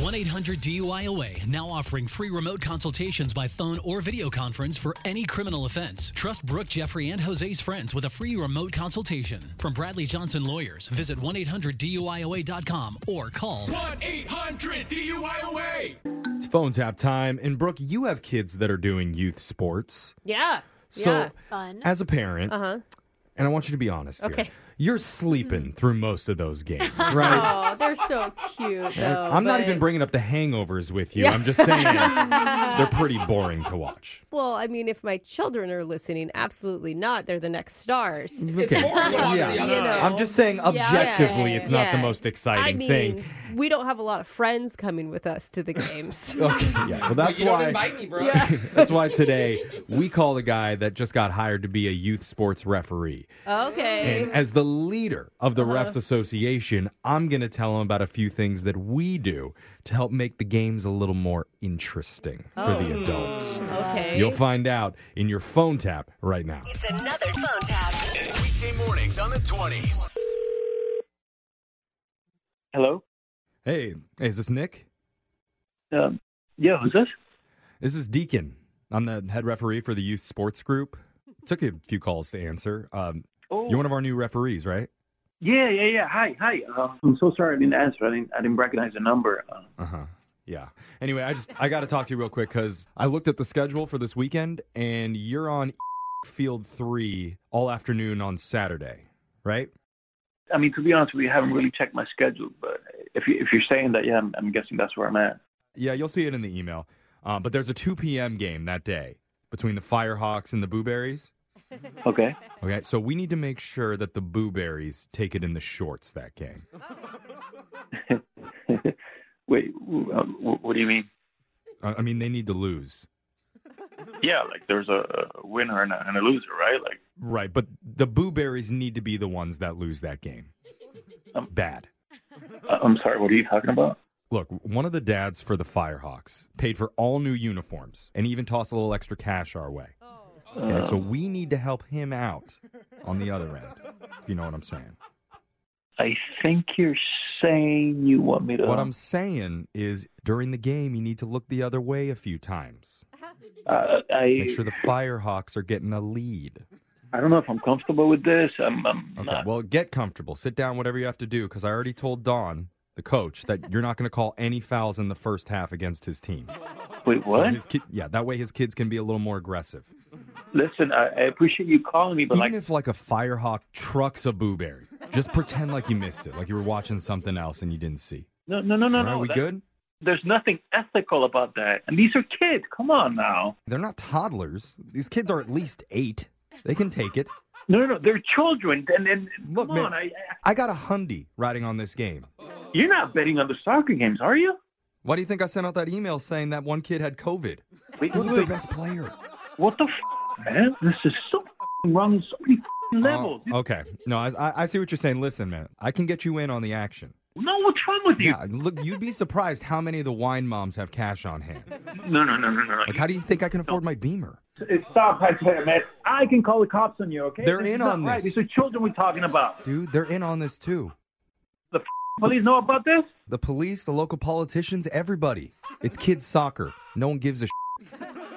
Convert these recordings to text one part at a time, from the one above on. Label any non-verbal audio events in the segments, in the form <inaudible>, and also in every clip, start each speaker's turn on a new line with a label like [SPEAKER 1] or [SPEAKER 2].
[SPEAKER 1] 1 800 DUIOA now offering free remote consultations by phone or video conference for any criminal offense. Trust Brooke, Jeffrey, and Jose's friends with a free remote consultation. From Bradley Johnson Lawyers, visit 1 800 DUIOA.com or call
[SPEAKER 2] 1 800 DUIOA.
[SPEAKER 3] It's phone tap time. And Brooke, you have kids that are doing youth sports.
[SPEAKER 4] Yeah.
[SPEAKER 3] So,
[SPEAKER 4] yeah.
[SPEAKER 3] Fun. as a parent, uh-huh. and I want you to be honest here,
[SPEAKER 4] Okay. Mm.
[SPEAKER 3] you're sleeping through most of those
[SPEAKER 4] <laughs>
[SPEAKER 3] games, right?
[SPEAKER 4] Oh, they're so cute though.
[SPEAKER 3] I'm not
[SPEAKER 4] but-
[SPEAKER 3] even bringing up the hangovers with you. I'm just
[SPEAKER 4] <laughs>
[SPEAKER 3] saying they're pretty boring to watch.
[SPEAKER 4] Well, I mean, if my children are listening, absolutely not. They're the next stars.
[SPEAKER 3] Okay. Yeah.
[SPEAKER 4] You know.
[SPEAKER 3] I'm just saying objectively, it's not the
[SPEAKER 4] Yeah.
[SPEAKER 3] most
[SPEAKER 4] I
[SPEAKER 3] exciting
[SPEAKER 4] mean, <laughs>
[SPEAKER 3] thing.
[SPEAKER 4] we don't have a lot of friends coming with us to
[SPEAKER 3] <laughs>
[SPEAKER 4] the games.
[SPEAKER 3] Okay, yeah. Well, that's
[SPEAKER 5] you don't
[SPEAKER 3] why.
[SPEAKER 5] invite me, bro.
[SPEAKER 3] <laughs> That's
[SPEAKER 5] <laughs>
[SPEAKER 3] why today we call the guy that just got hired to be a youth sports referee.
[SPEAKER 4] okay.
[SPEAKER 3] And as the leader of the Refs Association, I'm going to tell him about a few things that we do to help make the games a little more interesting for the adults.
[SPEAKER 4] okay.
[SPEAKER 3] You'll find out in your phone tap right now.
[SPEAKER 6] It's another phone tap.
[SPEAKER 7] Weekday mornings on the 20s.
[SPEAKER 8] Hello.
[SPEAKER 3] Hey, hey, is this Nick?
[SPEAKER 8] Um, yeah, who's this?
[SPEAKER 3] This is Deacon. I'm the head referee for the youth sports group. Took a few calls to answer. Um,
[SPEAKER 8] Oh,
[SPEAKER 3] you're one of our new referees, right?
[SPEAKER 8] yeah, yeah, yeah. Hi, hi. Uh, I'm so sorry I didn't answer. I didn't. I didn't recognize the number. Uh,
[SPEAKER 3] Uh huh. Yeah. Anyway, I just I got to talk to you real quick because I looked at the schedule for this weekend, and you're on <laughs> Field Three all afternoon on Saturday, right?
[SPEAKER 8] I mean, to be honest, we haven't really checked my schedule, but if you if you're saying that, yeah, I'm, I'm guessing that's where I'm at.
[SPEAKER 3] Yeah, you'll see it in the email. Uh, but there's a 2 p.m. game that day between the Firehawks and the Booberries.
[SPEAKER 8] Okay.
[SPEAKER 3] Okay, so we need to make sure that the Booberries take it in the shorts that game.
[SPEAKER 8] Wait. w- Um, w- what do you mean?
[SPEAKER 3] I I mean, they need to lose.
[SPEAKER 8] Yeah, like there's a, a winner and a, and a loser, right? Like,
[SPEAKER 3] Right, but the Booberries need to be the ones that lose that game.
[SPEAKER 8] Um,
[SPEAKER 3] Bad.
[SPEAKER 8] I- Uh, I'm sorry. What are you talking about?
[SPEAKER 3] Look, one of the dads for the Firehawks paid for all new uniforms and even tossed a little extra cash our way. Okay, so we need to help him out on the other end, if you know what I'm saying.
[SPEAKER 8] I think you're saying you want me to.
[SPEAKER 3] What I'm saying is during the game, you need to look the other way a few times.
[SPEAKER 8] Uh, I
[SPEAKER 3] Make sure the Firehawks are getting a lead.
[SPEAKER 8] I don't know if I'm comfortable with this. I'm. I'm
[SPEAKER 3] Okay,
[SPEAKER 8] not.
[SPEAKER 3] well, get comfortable. Sit down, whatever you have to do, because I already told Don, the coach, that you're not going to call any fouls in the first half against his team.
[SPEAKER 8] Wait,
[SPEAKER 3] So
[SPEAKER 8] what?
[SPEAKER 3] his kid, yeah, that way his kids can be a little more aggressive.
[SPEAKER 8] Listen, I, I appreciate you calling me, but
[SPEAKER 3] Even
[SPEAKER 8] like,
[SPEAKER 3] if like a firehawk trucks a booberry, just pretend like you missed it, like you were watching something else and you didn't see.
[SPEAKER 8] no, no, no, no,
[SPEAKER 3] All right,
[SPEAKER 8] no.
[SPEAKER 3] we
[SPEAKER 8] that-
[SPEAKER 3] good?
[SPEAKER 8] There's nothing ethical about that. And these are kids. Come on now.
[SPEAKER 3] They're not toddlers. These kids are at least eight. They can take it.
[SPEAKER 8] No, no, no. They're children. And then,
[SPEAKER 3] Look,
[SPEAKER 8] come
[SPEAKER 3] man,
[SPEAKER 8] on. I,
[SPEAKER 3] I got a hundy riding on this game.
[SPEAKER 8] I, you're not betting on the soccer games, are you?
[SPEAKER 3] Why do you think I sent out that email saying that one kid had COVID?
[SPEAKER 8] Wait,
[SPEAKER 3] He was
[SPEAKER 8] wait,
[SPEAKER 3] their
[SPEAKER 8] wait.
[SPEAKER 3] best player.
[SPEAKER 8] What the f, man? This is so f- wrong on so many f- levels.
[SPEAKER 3] Oh, okay. No, I, I- I see what you're saying. Listen, man, I can get you in on the action.
[SPEAKER 8] No, what's wrong with you?
[SPEAKER 3] Yeah, look, you'd be surprised how many of the wine moms have cash on hand.
[SPEAKER 8] No, no, no, no, no.
[SPEAKER 3] Like, how do you think I can afford my Beamer?
[SPEAKER 8] Stop right there, man. I can call the cops on you, okay?
[SPEAKER 3] They're
[SPEAKER 8] is
[SPEAKER 3] in
[SPEAKER 8] not
[SPEAKER 3] on
[SPEAKER 8] right.
[SPEAKER 3] this.
[SPEAKER 8] These are children we're talking about.
[SPEAKER 3] Dude, they're in on this too.
[SPEAKER 8] The f- police know about this?
[SPEAKER 3] The police, the local politicians, everybody. It's kids soccer. No one gives a. Sh-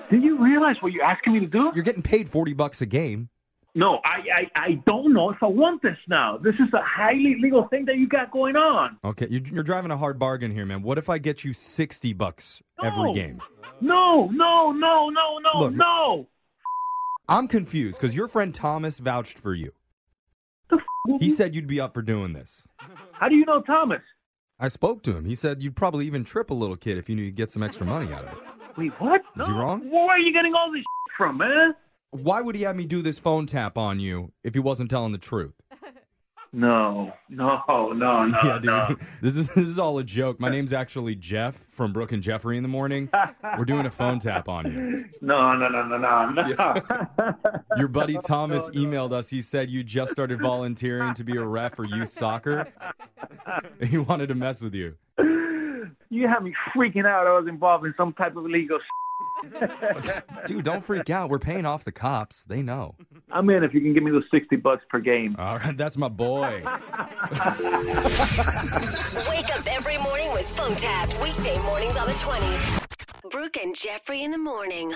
[SPEAKER 8] Do you realize what you're asking me to do?
[SPEAKER 3] You're getting paid forty bucks a game.
[SPEAKER 8] No, I, I, I don't know if I want this now. This is a highly legal thing that you got going on.
[SPEAKER 3] Okay, you're, you're driving a hard bargain here, man. What if I get you sixty bucks every
[SPEAKER 8] No.
[SPEAKER 3] game?
[SPEAKER 8] No, no, no, no, no,
[SPEAKER 3] Look-
[SPEAKER 8] no.
[SPEAKER 3] I'm confused because your friend Thomas vouched for you.
[SPEAKER 8] The f-
[SPEAKER 3] He said you'd be up for doing this.
[SPEAKER 8] How do you know Thomas?
[SPEAKER 3] I spoke to him. He said you'd probably even trip a little kid if you knew you'd get some extra money out of it.
[SPEAKER 8] Wait, what?
[SPEAKER 3] Is he wrong?
[SPEAKER 8] Where are you getting all this from, man?
[SPEAKER 3] Why would he have me do this phone tap on you if he wasn't telling the truth? <laughs>
[SPEAKER 8] No, no, no, no,
[SPEAKER 3] yeah, dude.
[SPEAKER 8] Oh,
[SPEAKER 3] <laughs>
[SPEAKER 8] no.
[SPEAKER 3] This is this is all a joke. My name's actually Jeff from Brooke and Jeffrey in the morning. We're doing a phone tap on you.
[SPEAKER 8] No, no, no, no, no,
[SPEAKER 3] <laughs>
[SPEAKER 8] no.
[SPEAKER 3] Your buddy Thomas emailed us. He said you just started volunteering to be a ref for youth soccer. He wanted to mess with you.
[SPEAKER 8] <laughs> You had me freaking out. I was involved in some type of illegal. s-
[SPEAKER 3] Dude, don't freak out. We're paying off the cops. They know.
[SPEAKER 8] I'm in if you can give me the 60 bucks per game.
[SPEAKER 3] All right, that's my boy.
[SPEAKER 5] Wake up every morning with phone tabs. Weekday mornings on the 20s. Brooke and Jeffrey in the morning.